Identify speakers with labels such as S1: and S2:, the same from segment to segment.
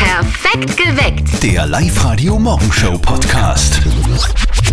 S1: Perfekt geweckt.
S2: Der Live-Radio Morgenshow Podcast.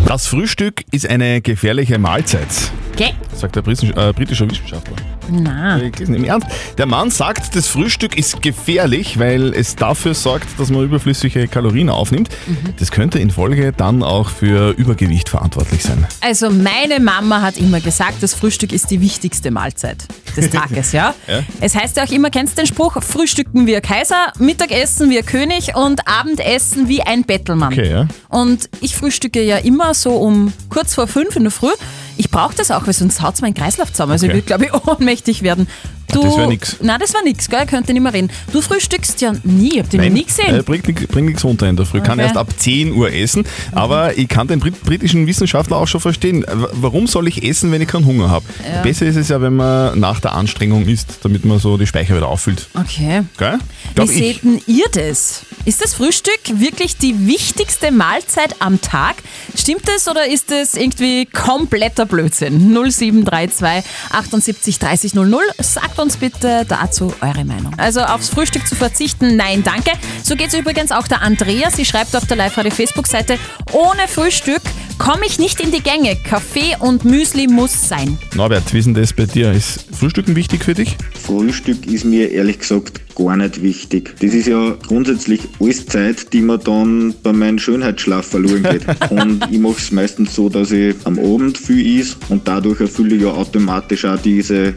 S3: Das Frühstück ist eine gefährliche Mahlzeit,
S4: Okay.
S3: sagt der britische, äh, britische Wissenschaftler.
S4: Na,
S3: Ich lese ihn Im Ernst. Der Mann sagt, das Frühstück ist gefährlich, weil es dafür sorgt, dass man überflüssige Kalorien aufnimmt.
S4: Mhm.
S3: Das könnte in Folge dann auch für Übergewicht verantwortlich sein.
S4: also meine Mama hat immer gesagt, das Frühstück ist die wichtigste Mahlzeit des Tages, ja?
S3: Ja.
S4: Es heißt ja auch immer, kennst du den Spruch, frühstücken wir Kaiser, Mittagessen wir König und Abendessen wie ein Bettelmann.
S3: Okay, ja.
S4: Und ich frühstücke ja immer so um kurz vor fünf in der Früh. Ich brauche das auch, weil sonst haut mein Kreislauf zusammen. Also
S3: Okay.
S4: ich würde, glaube ich, ohnmächtig werden. Du,
S3: das wär nix.
S4: Nein, das war nix, gell? Ich könnte nicht mehr reden. Du frühstückst ja nie, ich hab dich noch nie gesehen.
S3: äh, bringt nichts bringt nix runter in der Früh. Kann
S4: Okay. Mhm.
S3: erst ab 10 Uhr essen. Aber ich kann den Brit britischen Wissenschaftler auch schon verstehen. W- Warum soll ich essen, wenn ich keinen Hunger habe? Besser ist es ja, wenn man nach der Anstrengung isst, damit man so die Speicher wieder auffüllt.
S4: Okay.
S3: Gell?
S4: Wie
S3: Glaub ich.
S4: seht denn ihr das? Ist das Frühstück wirklich die wichtigste Mahlzeit am Tag? Stimmt das oder ist das irgendwie kompletter Blödsinn? 0732 78 30 00. Sagt uns bitte dazu eure Meinung. Also aufs Frühstück zu verzichten, nein, danke. So geht es übrigens auch der Andrea. Sie schreibt auf der Live-Radio-Facebook-Seite, ohne Frühstück komme ich nicht in die Gänge. Kaffee und Müsli muss sein.
S3: Norbert, wie ist denn das bei dir? Ist Frühstücken wichtig für dich?
S5: Frühstück ist mir ehrlich gesagt gar nicht wichtig. Das ist ja grundsätzlich alles Zeit, die mir dann bei meinem Schönheitsschlaf verloren geht. und ich mache es meistens so, dass ich am Abend viel is und dadurch erfülle ich ja automatisch auch diese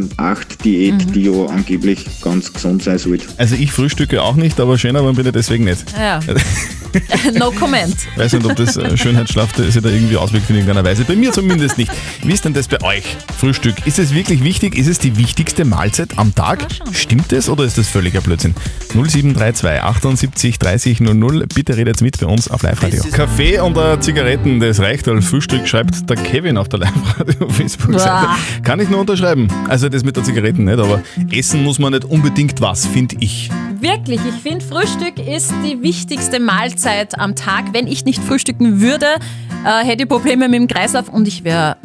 S5: 16-8-Diät, die ja angeblich ganz gesund sein sollte.
S3: Also ich frühstücke auch nicht, aber schöner bin ich deswegen nicht.
S4: Ja. no comment.
S3: Weiß nicht, ob das äh, Schönheitsschlaf da- sich da irgendwie auswirkt in irgendeiner Weise. Bei mir zumindest nicht. Wie ist denn das bei euch? Frühstück, ist es wirklich wichtig? Ist es die wichtigste Mahlzeit am Tag? Stimmt das oder ist das völliger Blödsinn? 0732 78 30 00. Bitte redet mit bei uns auf Live-Radio. Kaffee und äh, Zigaretten, das reicht als Frühstück, schreibt der Kevin auf der Live-Radio-Facebook-Seite.
S4: Boah.
S3: Kann ich nur unterschreiben. Also das mit der Zigaretten nicht, aber essen muss man nicht unbedingt was, finde ich.
S4: Wirklich, ich finde, Frühstück ist die wichtigste Mahlzeit am Tag. Wenn ich nicht frühstücken würde, äh, hätte ich Probleme mit dem Kreislauf und ich wäre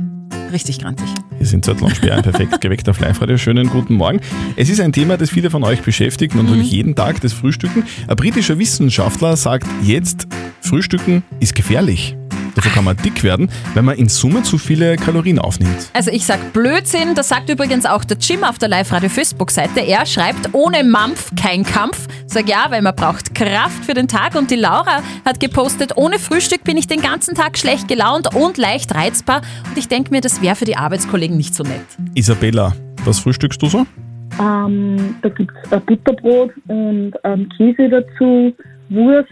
S4: richtig grantig.
S3: Wir sind seit Launchbär ein perfekt geweckt auf Live-Radio. Schönen guten Morgen. Es ist ein Thema, das viele von euch beschäftigt, natürlich jeden Tag, das Frühstücken. Ein britischer Wissenschaftler sagt jetzt, Frühstücken ist gefährlich. Dafür kann man dick werden, wenn man in Summe zu viele Kalorien aufnimmt.
S4: Also ich sag Blödsinn, das sagt übrigens auch der Jim auf der Live-Radio-Facebook-Seite. Er schreibt, ohne Mampf kein Kampf. Sag ja, weil man braucht Kraft für den Tag. Und die Laura hat gepostet, ohne Frühstück bin ich den ganzen Tag schlecht gelaunt und leicht reizbar. Und ich denke mir, das wäre für die Arbeitskollegen nicht so nett.
S3: Isabella, was frühstückst du so?
S6: Ähm, da gibt es ein Butterbrot und ähm, Käse dazu, Wurst.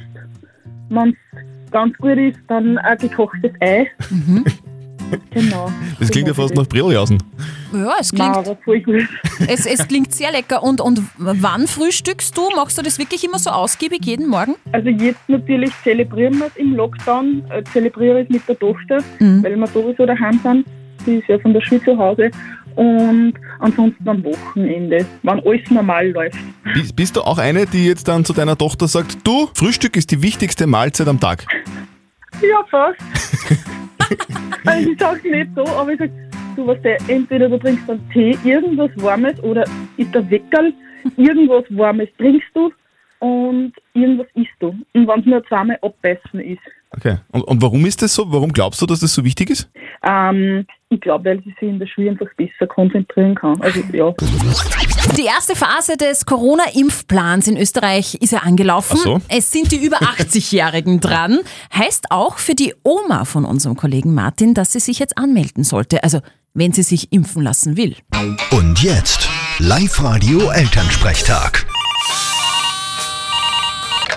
S6: Wenn es ganz gut ist, dann ein gekochtes Ei. Genau.
S3: Das klingt ja
S6: So
S3: fast
S6: mache
S3: nach Brilljausen.
S4: Ja, es
S6: ich das. Nein,
S4: klingt,
S6: aber voll gut.
S4: Es, es klingt sehr lecker. Und, und wann frühstückst du? Machst du das wirklich immer so ausgiebig jeden Morgen?
S6: Also jetzt natürlich zelebrieren wir es im Lockdown, äh, zelebriere ich es mit der Tochter, weil wir sowieso daheim sind. Sie ist ja von der Schule zu Hause. Und ansonsten am Wochenende, wenn alles normal läuft.
S3: Bist- Bist du auch eine, die jetzt dann zu deiner Tochter sagt, du, Frühstück ist die wichtigste Mahlzeit am Tag?
S6: Ja, fast. also ich sag's nicht so, aber ich sag, du weißt ja, entweder du trinkst einen Tee, irgendwas Warmes oder ist der Weckerl, irgendwas Warmes trinkst du und irgendwas isst du. Und wenn es nur zweimal abbeißen ist.
S3: Okay. Und, und warum ist das so? Warum glaubst du, dass das so wichtig ist?
S6: Ähm, ich glaube, weil sie sich in der Schule einfach besser konzentrieren kann. Also ja.
S4: Die erste Phase des Corona-Impfplans in Österreich ist ja angelaufen.
S3: Ach so.
S4: Es sind die über 80-Jährigen dran. Heißt auch für die Oma von unserem Kollegen Martin, dass sie sich jetzt anmelden sollte. Also, wenn sie sich impfen lassen will.
S2: Und jetzt Live-Radio Elternsprechtag.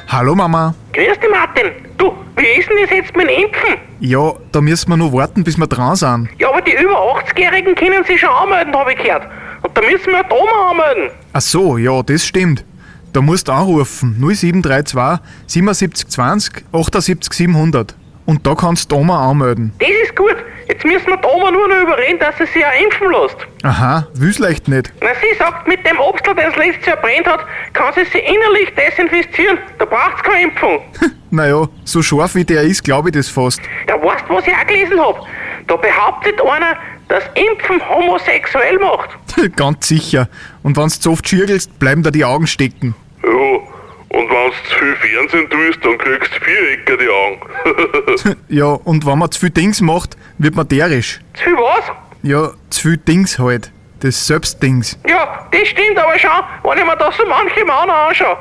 S7: Hallo Mama.
S8: Grüß dich, Martin. Du, wie ist denn das jetzt mit dem Impfen?
S7: Ja, da müssen wir nur warten, bis wir dran sind.
S8: Ja, aber die über 80-Jährigen können sich schon anmelden, habe ich gehört. Und da müssen wir die Oma anmelden.
S7: Ach so, ja, das stimmt. Da musst du anrufen 0732 77 20 78 700. Und da kannst du die Oma anmelden.
S8: Das ist gut. Jetzt müssen wir die Oma nur noch überreden, dass sie sich auch impfen lässt.
S7: Aha, will's leicht nicht.
S8: Na, sie sagt, mit dem Obstl, das letztes Jahr brennt hat, kann sie sich innerlich desinfizieren. Da braucht's keine Impfung.
S7: Naja, so scharf wie der ist, glaube ich das fast.
S8: Ja, weißt du, was ich auch gelesen habe? Da behauptet einer, dass Impfen homosexuell macht.
S7: Ganz sicher. Und wenn's zu oft schürgelst, bleiben da die Augen stecken.
S8: Ja, und
S1: Und wenn du zu viel Fernsehen tust, dann kriegst du Vierecker die Augen.
S7: Ja, und wenn man zu viel Dings macht, wird man derisch.
S8: Zu viel was?
S7: Ja, zu viel Dings halt. Das Selbstdings.
S8: Ja, das stimmt, aber schau, wenn ich mir das so manche Mann anschaue.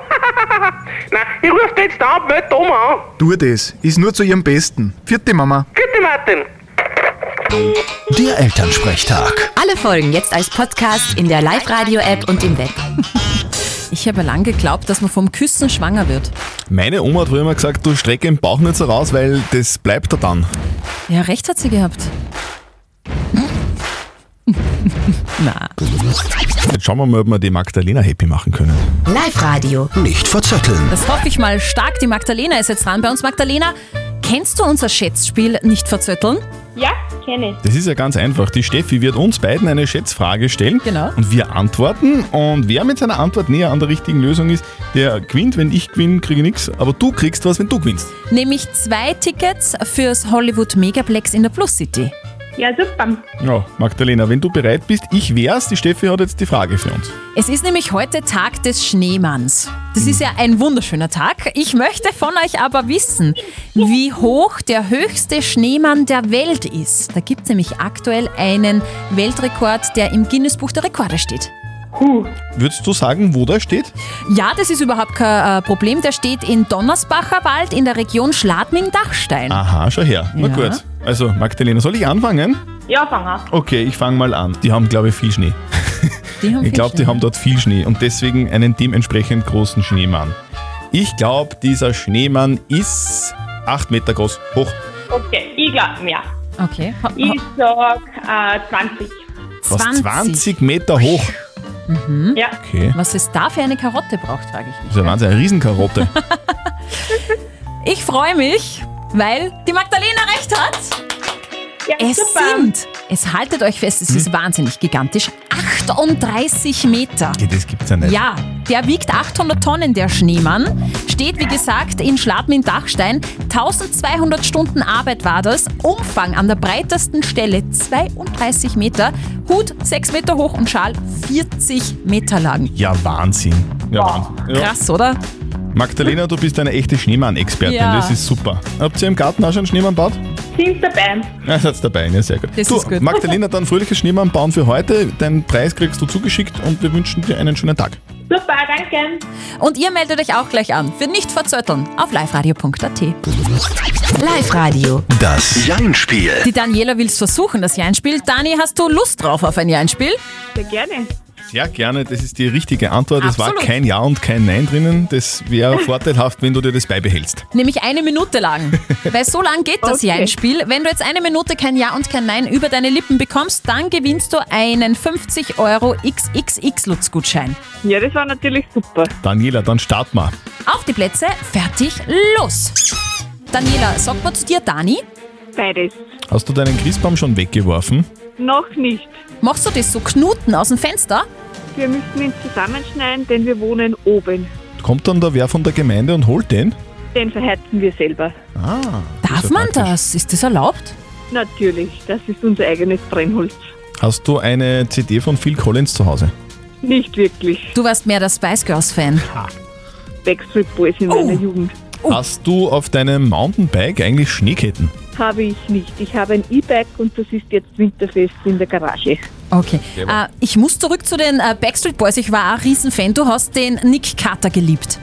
S8: Nein, ich rufe den jetzt um, an und melde Tom an.
S7: Tu das. Ist nur zu ihrem Besten. Vierte Mama.
S8: Gute Martin.
S2: Der Elternsprechtag.
S9: Alle Folgen jetzt als Podcast in der Live-Radio-App und im Web.
S4: Ich habe lang geglaubt, dass man vom Küssen schwanger wird.
S3: Meine Oma hat früher immer gesagt, du strecke den Bauch nicht so raus, weil das bleibt da dann.
S4: Ja, recht hat sie gehabt. Na,
S3: Jetzt schauen wir mal, ob wir die Magdalena happy machen können.
S9: Live-Radio.
S2: Nicht verzetteln.
S4: das hoffe ich mal stark. Die Magdalena ist jetzt dran bei uns. Magdalena, kennst du unser Schätzspiel nicht verzötteln?
S6: Ja, kenne ich.
S3: Das ist ja ganz einfach. Die Steffi wird uns beiden eine Schätzfrage stellen.
S4: Genau.
S3: Und wir antworten. Und wer mit seiner Antwort näher an der richtigen Lösung ist, der gewinnt. Wenn ich gewinne, kriege ich nichts. Aber du kriegst was, wenn du gewinnst.
S4: Nämlich zwei Tickets fürs Hollywood Megaplex in der Plus City.
S6: Ja, super.
S3: Ja, Magdalena, wenn du bereit bist, ich wär's. Die Steffi hat jetzt die Frage für uns.
S4: Es ist nämlich heute Tag des Schneemanns. Das ist ja ein wunderschöner Tag. Ich möchte von euch aber wissen, wie hoch der höchste Schneemann der Welt ist. Da gibt es nämlich aktuell einen Weltrekord, der im Guinness-Buch der Rekorde steht.
S3: Würdest du sagen, wo der steht?
S4: Ja, das ist überhaupt kein äh, Problem. Der steht in Donnersbacher Wald in der Region Schladming-Dachstein.
S3: Aha, schau her. Na
S4: Ja.
S3: gut. Also, Magdalena, soll ich anfangen?
S6: Ja, fang an.
S3: Okay, ich fange mal an. Die haben, glaube ich, viel Schnee.
S4: Die haben
S3: Ich
S4: viel
S3: glaube, die
S4: Schnee.
S3: haben dort viel Schnee und deswegen einen dementsprechend großen Schneemann. Ich glaube, dieser Schneemann ist 8 Meter groß. Hoch.
S6: Okay, ich glaub mehr.
S4: Okay. Ha- ha-
S6: Ich sag äh, 20.
S3: Was, 20 Meter hoch.
S4: Mhm.
S6: Ja.
S3: Okay.
S4: Was es da für eine Karotte braucht, frage ich mich.
S3: Das ist ja Wahnsinn, eine Riesenkarotte.
S4: Ich freue mich, weil die Magdalena recht hat.
S6: Ja,
S4: Es sind, es haltet euch fest, es
S3: Hm?
S4: ist wahnsinnig gigantisch, 38 Meter.
S3: Okay, das gibt's ja nicht.
S4: Ja, der wiegt 800 Tonnen, der Schneemann. Steht, wie gesagt, in Schladming-Dachstein. 1200 Stunden Arbeit war das. Umfang an der breitesten Stelle 32 Meter. Hut 6 Meter hoch und Schal 40 Meter lang.
S3: Ja, Wahnsinn. Ja, Wahnsinn. Ja.
S4: Krass, oder?
S3: Magdalena, du bist eine echte Schneemann-Expertin.
S4: Ja.
S3: Das ist super. Habt ihr im Garten auch schon einen Schneemann gebaut?
S6: Sind dabei.
S3: Ja, seid dabei, ja, sehr gut.
S4: Das
S3: du,
S4: ist gut.
S3: Magdalena, dann fröhliches Schneemann bauen für heute. Deinen Preis kriegst du zugeschickt und wir wünschen dir einen schönen Tag.
S6: Super, danke.
S4: Und ihr meldet euch auch gleich an für nicht verzötteln auf liveradio.at.
S9: Live-Radio.
S2: Das Jein-Spiel.
S4: Die Daniela will's versuchen, das Jeinspiel. Dani, hast du Lust drauf auf ein Jeinspiel?
S6: Sehr gerne.
S3: Sehr gerne, das ist die richtige Antwort. Es war
S4: Absolut.
S3: kein Ja und kein Nein drinnen. Das wäre vorteilhaft, wenn du dir das beibehältst.
S4: Nämlich eine Minute lang. Weil so lang geht das
S6: Okay.
S4: Ja-Spiel. Wenn du jetzt eine Minute kein Ja und kein Nein über deine Lippen bekommst, dann gewinnst du einen 50 Euro XXX-Lutz-Gutschein.
S6: Ja, das war natürlich super.
S3: Daniela, dann start mal.
S4: Auf die Plätze, fertig, los! Daniela, sag mal zu dir, Dani,
S6: Beides.
S3: Hast du deinen Christbaum schon weggeworfen?
S6: Noch nicht.
S4: machst du das so Knuten aus dem Fenster?
S6: Wir müssen ihn zusammenschneiden, denn wir wohnen oben.
S3: Kommt dann da wer von der Gemeinde und holt den?
S6: Den verheizen wir selber.
S3: Ah. ist
S4: Darf
S3: ja
S4: man
S3: praktisch.
S4: das? Ist das erlaubt?
S6: Natürlich, das ist unser eigenes Brennholz.
S3: Hast du eine CD von Phil Collins zu Hause?
S6: Nicht wirklich.
S4: Du warst mehr der Spice Girls-Fan.
S6: Backstreet Boys in meiner Jugend.
S4: Oh.
S3: Hast du auf deinem Mountainbike eigentlich Schneeketten?
S6: Habe ich nicht. Ich habe ein E-Bike und das ist jetzt winterfest in der Garage.
S4: Okay. Äh, ich muss zurück zu den äh, Backstreet Boys. Ich war auch ein Riesenfan. Du hast den Nick Carter geliebt.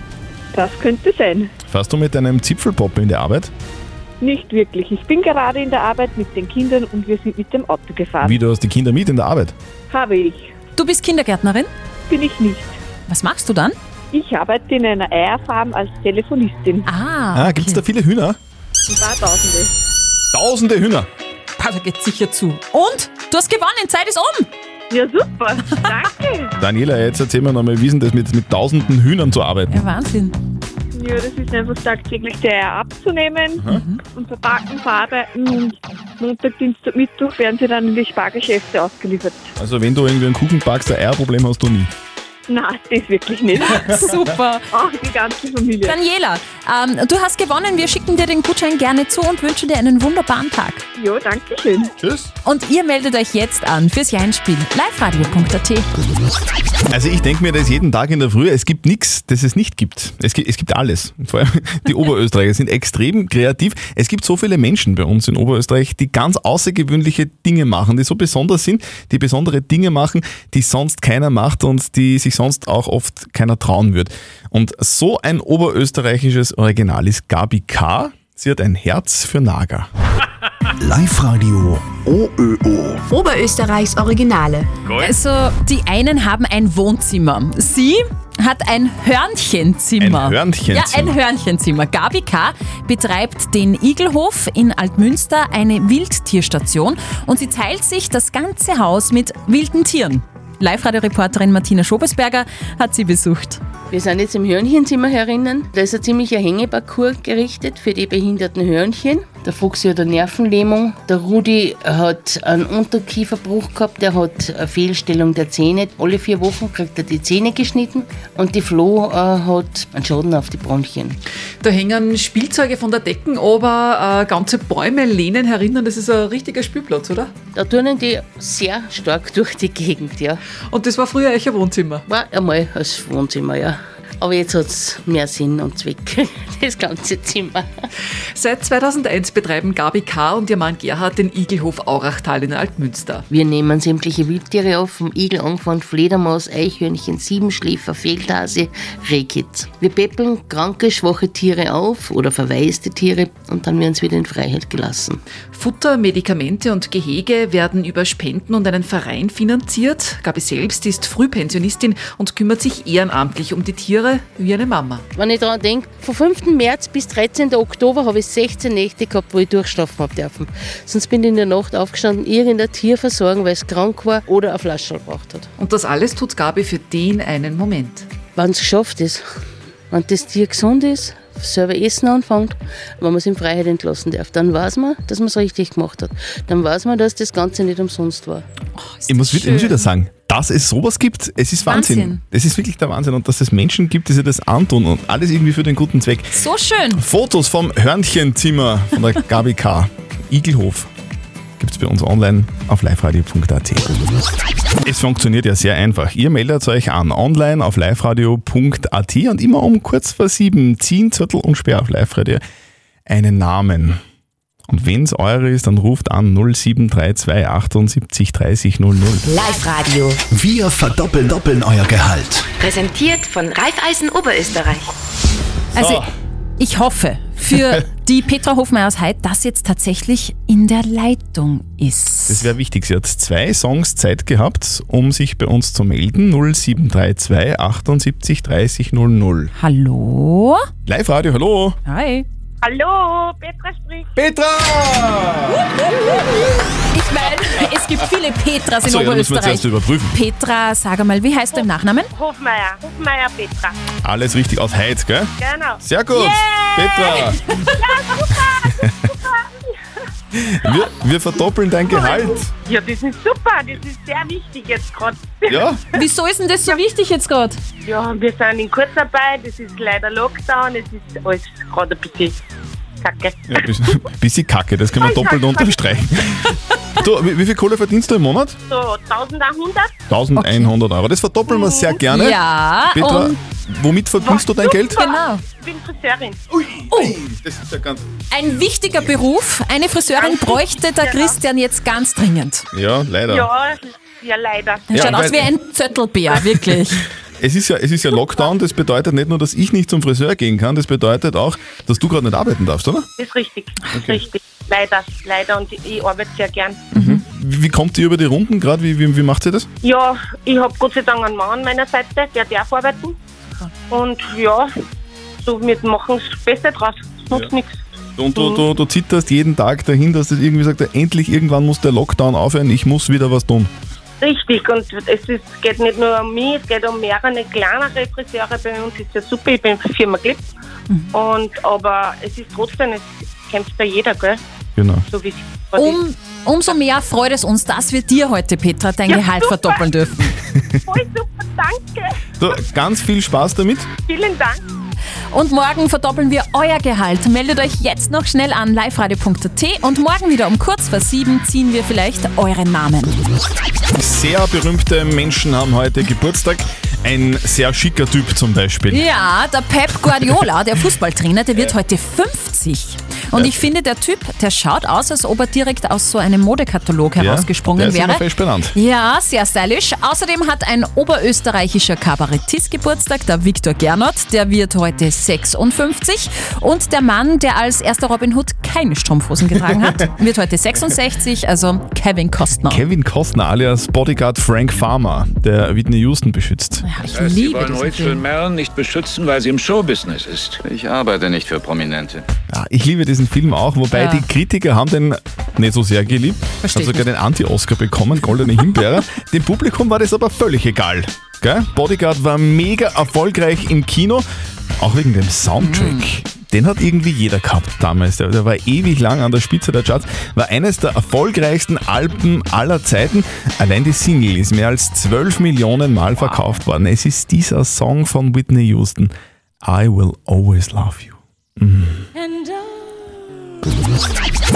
S6: Das könnte sein.
S3: Fährst du mit deinem Zipfelpop in der Arbeit?
S6: Nicht wirklich. Ich bin gerade in der Arbeit mit den Kindern und wir sind mit dem Auto
S4: Ah.
S6: gefahren.
S3: Wie, du hast die Kinder mit in der Arbeit?
S6: Habe ich.
S4: Du bist Kindergärtnerin.
S6: Bin ich nicht.
S4: Was machst du dann?
S6: Ich arbeite in einer Eierfarm als Telefonistin.
S4: Ah,
S3: Ah, gibt's da viele Hühner?
S6: Ein paar Tausende.
S3: Tausende Hühner!
S4: Ah, da geht's sicher zu. Und? Du hast gewonnen, Zeit ist um.
S6: Ja, super. Danke.
S3: Daniela, jetzt erzähl mir nochmal, wie ist denn das mit, mit tausenden Hühnern zu arbeiten?
S4: Ja, Wahnsinn.
S6: Ja, das ist einfach tagtäglich der Eier abzunehmen und verpacken, verarbeiten und Montag, Dienstag, Mittwoch werden sie dann in die Spargeschäfte ausgeliefert.
S3: Also wenn du irgendwie einen Kuchen backst, ein Eierproblem hast du nie.
S6: Na, das wirklich nicht.
S4: Super.
S6: Auch die ganze Familie.
S4: Daniela, Ähm, du hast gewonnen. Wir schicken dir den Gutschein gerne zu und wünschen dir einen wunderbaren Tag.
S8: Ja, danke schön.
S3: Tschüss.
S4: Und ihr meldet euch jetzt an fürs Jeinspiel. liveradio.at.
S3: Also ich denke mir das jeden Tag in der Früh, es gibt nichts, das es nicht gibt. Es gibt, es gibt alles. Vor allem die Oberösterreicher sind extrem kreativ. Es gibt so viele Menschen bei uns in Oberösterreich, die ganz außergewöhnliche Dinge machen, die so besonders sind, die besondere Dinge machen, die sonst keiner macht und die sich sonst auch oft keiner trauen wird. Und so ein oberösterreichisches Original ist Gabi K. Sie hat ein Herz für Nager.
S2: Live-Radio OÖO.
S9: Oberösterreichs Originale.
S4: Also, die einen haben ein Wohnzimmer. Sie hat ein Hörnchenzimmer.
S3: Ein Hörnchenzimmer.
S4: Ja, ein Hörnchenzimmer. Gabi K. betreibt den Igelhof in Altmünster, eine Wildtierstation, und sie teilt sich das ganze Haus mit wilden Tieren. Live-Radio-Reporterin Martina Schobesberger hat sie besucht.
S6: Wir sind jetzt im Hörnchenzimmer herinnen. Da ist ein ziemlicher Hängeparcours gerichtet für die behinderten Hörnchen. Der Fuchs hat eine Nervenlähmung. Der Rudi äh, hat einen Unterkieferbruch gehabt. Der hat eine Fehlstellung der Zähne. Alle vier Wochen kriegt er die Zähne geschnitten. Und die Flo äh, hat einen Schaden auf die Bronchien.
S5: Da hängen Spielzeuge von der Decken, aber äh, ganze Bäume lehnen herinnen. Das ist ein richtiger Spielplatz, oder?
S6: Da turnen die sehr stark durch die Gegend, ja.
S5: Und das war früher euch ein Wohnzimmer.
S6: War einmal als Wohnzimmer, ja. Aber jetzt hat es mehr Sinn und Zweck, das ganze Zimmer.
S5: Seit 2001 betreiben Gabi K. und ihr Mann Gerhard den Igelhof Aurachtal in Altmünster.
S6: Wir nehmen sämtliche Wildtiere auf, vom Igel angefangen, Fledermaus, Eichhörnchen, Siebenschläfer, Fehltase, Rehkitz. Wir peppeln kranke, schwache Tiere auf oder verwaiste Tiere und dann werden sie wieder in Freiheit gelassen.
S5: Futter, Medikamente und Gehege werden über Spenden und einen Verein finanziert. Gabi selbst ist Frühpensionistin und kümmert sich ehrenamtlich um die Tiere wie eine Mama.
S6: Wenn ich daran denke, vom 5. März bis 13. Oktober habe ich 16 Nächte gehabt, wo ich durchschlafen habe dürfen. Sonst bin ich in der Nacht aufgestanden, irgendein Tier versorgen, weil es krank war oder eine Flasche gebraucht hat.
S5: Und das alles tut Gabi für den einen Moment.
S6: Wenn es geschafft ist, wenn das Tier gesund ist, selber essen anfängt, wenn man es in Freiheit entlassen darf, dann weiß man, dass man es richtig gemacht hat. Dann weiß man, dass das Ganze nicht umsonst war.
S3: Ich muss, wieder- ich muss wieder sagen, dass es sowas gibt, es ist Wahnsinn.
S4: Wahnsinn.
S3: Es ist wirklich der Wahnsinn. Und dass es Menschen gibt, die sich das antun und alles irgendwie für den guten Zweck.
S4: So schön.
S3: Fotos vom Hörnchenzimmer von der Gabi K. Igelhof gibt's bei uns online auf liveradio.at. Es funktioniert ja sehr einfach. Ihr meldet euch an online auf liveradio.at und immer um kurz vor sieben ziehen Zettel und Sperr auf Live-Radio einen Namen. Und wenn's eure ist, dann ruft an 0732 78 30 00.
S9: Live-Radio.
S2: Wir verdoppeln doppeln euer Gehalt.
S9: Präsentiert von Raiffeisen Oberösterreich.
S4: Also, ich hoffe für die Petra Hofmeier aus Heid, dass jetzt tatsächlich in der Leitung ist.
S3: Das wäre wichtig. Sie hat zwei Songs Zeit gehabt, um sich bei uns zu melden. 0732 78 30 00.
S4: Hallo?
S3: Live Radio, hallo.
S4: Hi.
S8: Hallo, Petra spricht.
S3: Petra!
S4: Ich meine, es gibt viele Petras in
S3: So, ja, müssen wir
S4: Oberösterreich.
S3: zuerst überprüfen.
S4: Petra, sag einmal, wie heißt du im Nachnamen?
S8: Hofmeier. Hofmeier Petra.
S3: Alles richtig auf Heiz, gell?
S8: Genau.
S3: Sehr gut, Petra. Wir, wir verdoppeln dein Gehalt.
S8: Ja, das ist super. Das ist sehr wichtig jetzt gerade.
S3: Ja,
S4: Wieso ist denn das so wichtig jetzt gerade?
S8: Ja, wir sind in Kurzarbeit. Es ist leider Lockdown. Es ist alles gerade ein bisschen kacke.
S3: ja bisschen, bisschen kacke, das können wir doppelt unterstreichen. Du, wie, wie viel Kohle verdienst du im Monat?
S8: So 1100.
S3: 1100 Euro. Das verdoppeln wir sehr gerne.
S4: Ja,
S3: Petra,
S4: und
S3: womit verdienst du dein Geld?
S4: genau.
S8: Ich bin Friseurin.
S3: Das ist ja ganz.
S4: Ein wichtiger Beruf. Eine Friseurin bräuchte der Christian jetzt ganz dringend.
S3: Ja, leider.
S8: Ja, ja leider.
S4: Er
S3: Ja,
S4: schaut
S3: weil-
S4: aus wie ein Zöttelbär, wirklich.
S3: Es ist ja, es ist ja Lockdown, das bedeutet nicht nur, dass ich nicht zum Friseur gehen kann, das bedeutet auch, dass du gerade nicht arbeiten darfst, oder?
S8: Das ist richtig. Das ist richtig. Leider, leider. Und ich arbeite sehr gern.
S3: Wie wie kommt ihr über die Runden gerade? Wie, wie, wie macht ihr das?
S8: Ja, ich habe Gott sei Dank einen Mann an meiner Seite, der darf arbeiten. Und ja, so wir machen das Beste draus. Es nutzt
S3: Ja.
S8: nichts.
S3: Und du, du, du zitterst jeden Tag dahin, dass das irgendwie sagt, endlich irgendwann muss der Lockdown aufhören, ich muss wieder was tun.
S8: Richtig, und es ist, geht nicht nur um mich, es geht um mehrere kleinere Friseure bei uns. Ist ja super, ich bin Firma Clip. Und, aber es ist trotzdem, es kämpft da jeder, gell?
S3: Genau.
S8: So wie es gerade ist.
S4: Um, umso mehr freut es uns, dass wir dir heute, Petra, dein Gehalt
S8: super.
S4: verdoppeln dürfen.
S8: Voll super, danke.
S3: So, ganz viel Spaß damit.
S8: Vielen Dank.
S4: Und morgen verdoppeln wir euer Gehalt. Meldet euch jetzt noch schnell an liveradio.at und morgen wieder um kurz vor sieben ziehen wir vielleicht euren Namen.
S3: Sehr berühmte Menschen haben heute Geburtstag. Ein sehr schicker Typ zum Beispiel.
S4: Ja, der Pep Guardiola, der Fußballtrainer, der wird heute 50. Und ich finde, der Typ, der schaut aus, als ob er direkt aus so einem Modekatalog
S3: der
S4: herausgesprungen
S3: ist immer
S4: wäre.
S3: fesch benannt.
S4: Ja, sehr stylisch. Außerdem hat ein oberösterreichischer Kabarettist Geburtstag, der Viktor Gernot. Der wird heute 56. Und der Mann, der als erster Robin Hood keine Strumpfhosen getragen hat, wird heute 66, also Kevin Costner.
S3: Kevin Costner alias Bodyguard Frank Farmer, der Whitney Houston beschützt.
S4: Ich
S10: Äh, Sie
S4: liebe
S10: wollen
S4: diesen
S10: Rachel Merrill nicht beschützen, weil sie im Showbusiness ist. Ich arbeite nicht für Prominente.
S3: Ja, ich liebe diesen Film auch, wobei
S10: Ja.
S3: die Kritiker haben den nicht so sehr geliebt.
S10: Versteh
S3: hat
S10: ich
S3: sogar den Anti-Oscar bekommen, Goldene Himbeere. Dem Publikum war das aber völlig egal. Gell? Bodyguard war mega erfolgreich im Kino, auch wegen dem Soundtrack.
S10: Mhm.
S3: Den hat irgendwie jeder gehabt damals. Der, der war ewig lang an der Spitze der Charts. War eines der erfolgreichsten Alben aller Zeiten. Allein die Single ist mehr als 12 Millionen Mal verkauft worden. Es ist dieser Song von Whitney Houston. I will always love you.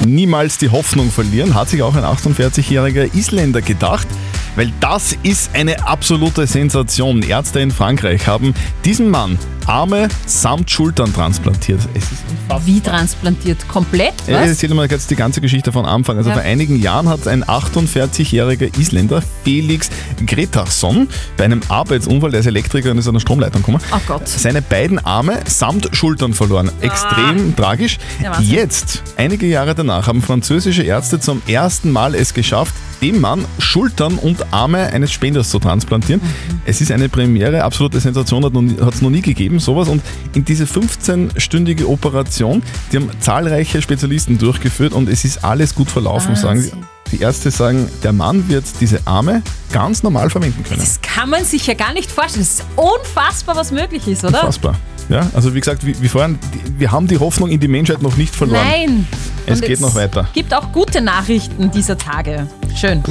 S3: Niemals die Hoffnung verlieren, hat sich auch ein 48-jähriger Isländer gedacht, weil das ist eine absolute Sensation. Ärzte in Frankreich haben diesem Mann Arme samt Schultern transplantiert. Es ist
S4: Wie transplantiert? Komplett?
S3: ich
S4: Was?
S3: erzähle mal jetzt die ganze Geschichte von Anfang. Also
S4: Ja.
S3: vor einigen Jahren hat ein 48-jähriger Isländer, Felix Gretarsson, bei einem Arbeitsunfall, der ist Elektriker und ist an der Stromleitung gekommen, seine beiden Arme samt Schultern verloren. Extrem tragisch.
S10: Ja, Wahnsinn.
S3: Jetzt, einige Jahre danach, haben französische Ärzte zum ersten Mal es geschafft, dem Mann Schultern und Arme eines Spenders zu transplantieren. Es ist eine Premiere, absolute Sensation, hat es noch nie gegeben, sowas. Und in diese 15-stündige Operation, die haben zahlreiche Spezialisten durchgeführt und es ist alles gut verlaufen, sagen sie. Die Ärzte sagen, der Mann wird diese Arme ganz normal verwenden können.
S4: Kann man sich ja gar nicht vorstellen. Es ist unfassbar, was möglich ist, oder?
S3: Unfassbar. Ja, also wie gesagt, wie, wie vorhin, die- wir haben die Hoffnung in die Menschheit noch nicht verloren.
S4: Nein.
S3: Es
S4: Und
S3: geht noch weiter.
S4: Gibt auch gute Nachrichten dieser Tage. Schön.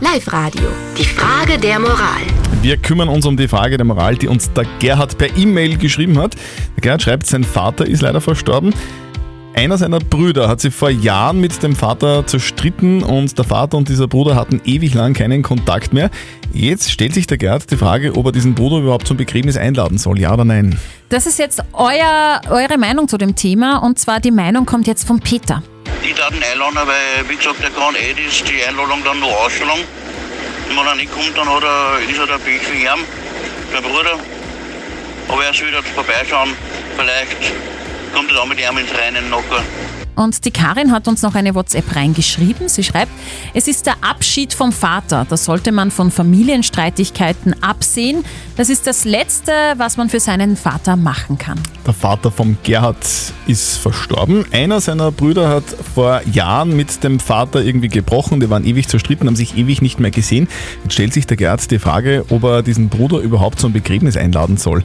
S9: Live Radio. Die Frage der Moral.
S3: Wir kümmern uns um die Frage der Moral, die uns der Gerhard per E-Mail geschrieben hat. Der Gerhard schreibt, sein Vater ist leider verstorben. Einer seiner Brüder hat sich vor Jahren mit dem Vater zerstritten und der Vater und dieser Bruder hatten ewig lang keinen Kontakt mehr. Jetzt stellt sich der Gerhard die Frage, ob er diesen Bruder überhaupt zum Begräbnis einladen soll, ja oder nein.
S4: Das ist jetzt euer, eure Meinung zu dem Thema und zwar die Meinung kommt jetzt von Peter.
S11: Ich darf ihn einladen, weil, wie gesagt, der kann eh das, die Einladung dann nur ausschlagen. Und wenn er nicht kommt, dann hat er, ist er der Pech für ihn, der Bruder. Aber er soll dort vorbeischauen. Vielleicht kommt er dann mit ihm ins Reinen Nocker.
S4: Und die Karin hat uns noch eine WhatsApp reingeschrieben. Sie schreibt, es ist der Abschied vom Vater. Da sollte man von Familienstreitigkeiten absehen. Das ist das Letzte, was man für seinen Vater machen kann.
S3: Der Vater vom Gerhard ist verstorben. Einer seiner Brüder hat vor Jahren mit dem Vater irgendwie gebrochen. Die waren ewig zerstritten, haben sich ewig nicht mehr gesehen. Jetzt stellt sich der Gerhard die Frage, ob er diesen Bruder überhaupt zum Begräbnis einladen soll.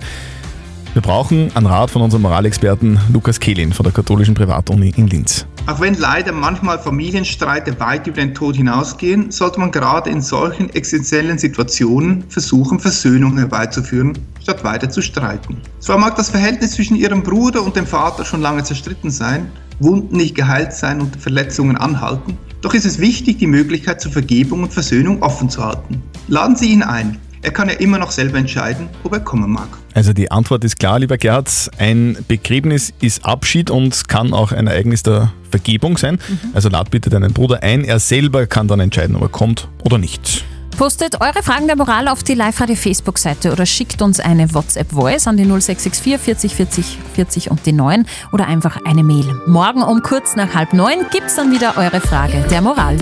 S3: Wir brauchen einen Rat von unserem Moralexperten Lukas Kehlin von der katholischen Privatuni in Linz.
S12: Auch wenn leider manchmal Familienstreite weit über den Tod hinausgehen, sollte man gerade in solchen existenziellen Situationen versuchen, Versöhnung herbeizuführen, statt weiter zu streiten. Zwar mag das Verhältnis zwischen ihrem Bruder und dem Vater schon lange zerstritten sein, Wunden nicht geheilt sein und Verletzungen anhalten, doch ist es wichtig, die Möglichkeit zur Vergebung und Versöhnung offen zu halten. Laden Sie ihn ein. Er kann ja immer noch selber entscheiden, ob er kommen mag.
S3: Also die Antwort ist klar, lieber Gerhard. Ein Begräbnis ist Abschied und kann auch ein Ereignis der Vergebung sein. Also lad bitte deinen Bruder ein. Er selber kann dann entscheiden, ob er kommt oder nicht.
S4: Postet eure Fragen der Moral auf die Live-Radio Facebook-Seite oder schickt uns eine WhatsApp-Voice an die 0664 40 40 40 und die 9 oder einfach eine Mail. Morgen um kurz nach halb neun gibt's dann wieder eure Frage der Moral.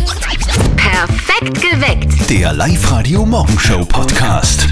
S9: Perfekt geweckt.
S2: Der Live-Radio Morgenshow Podcast.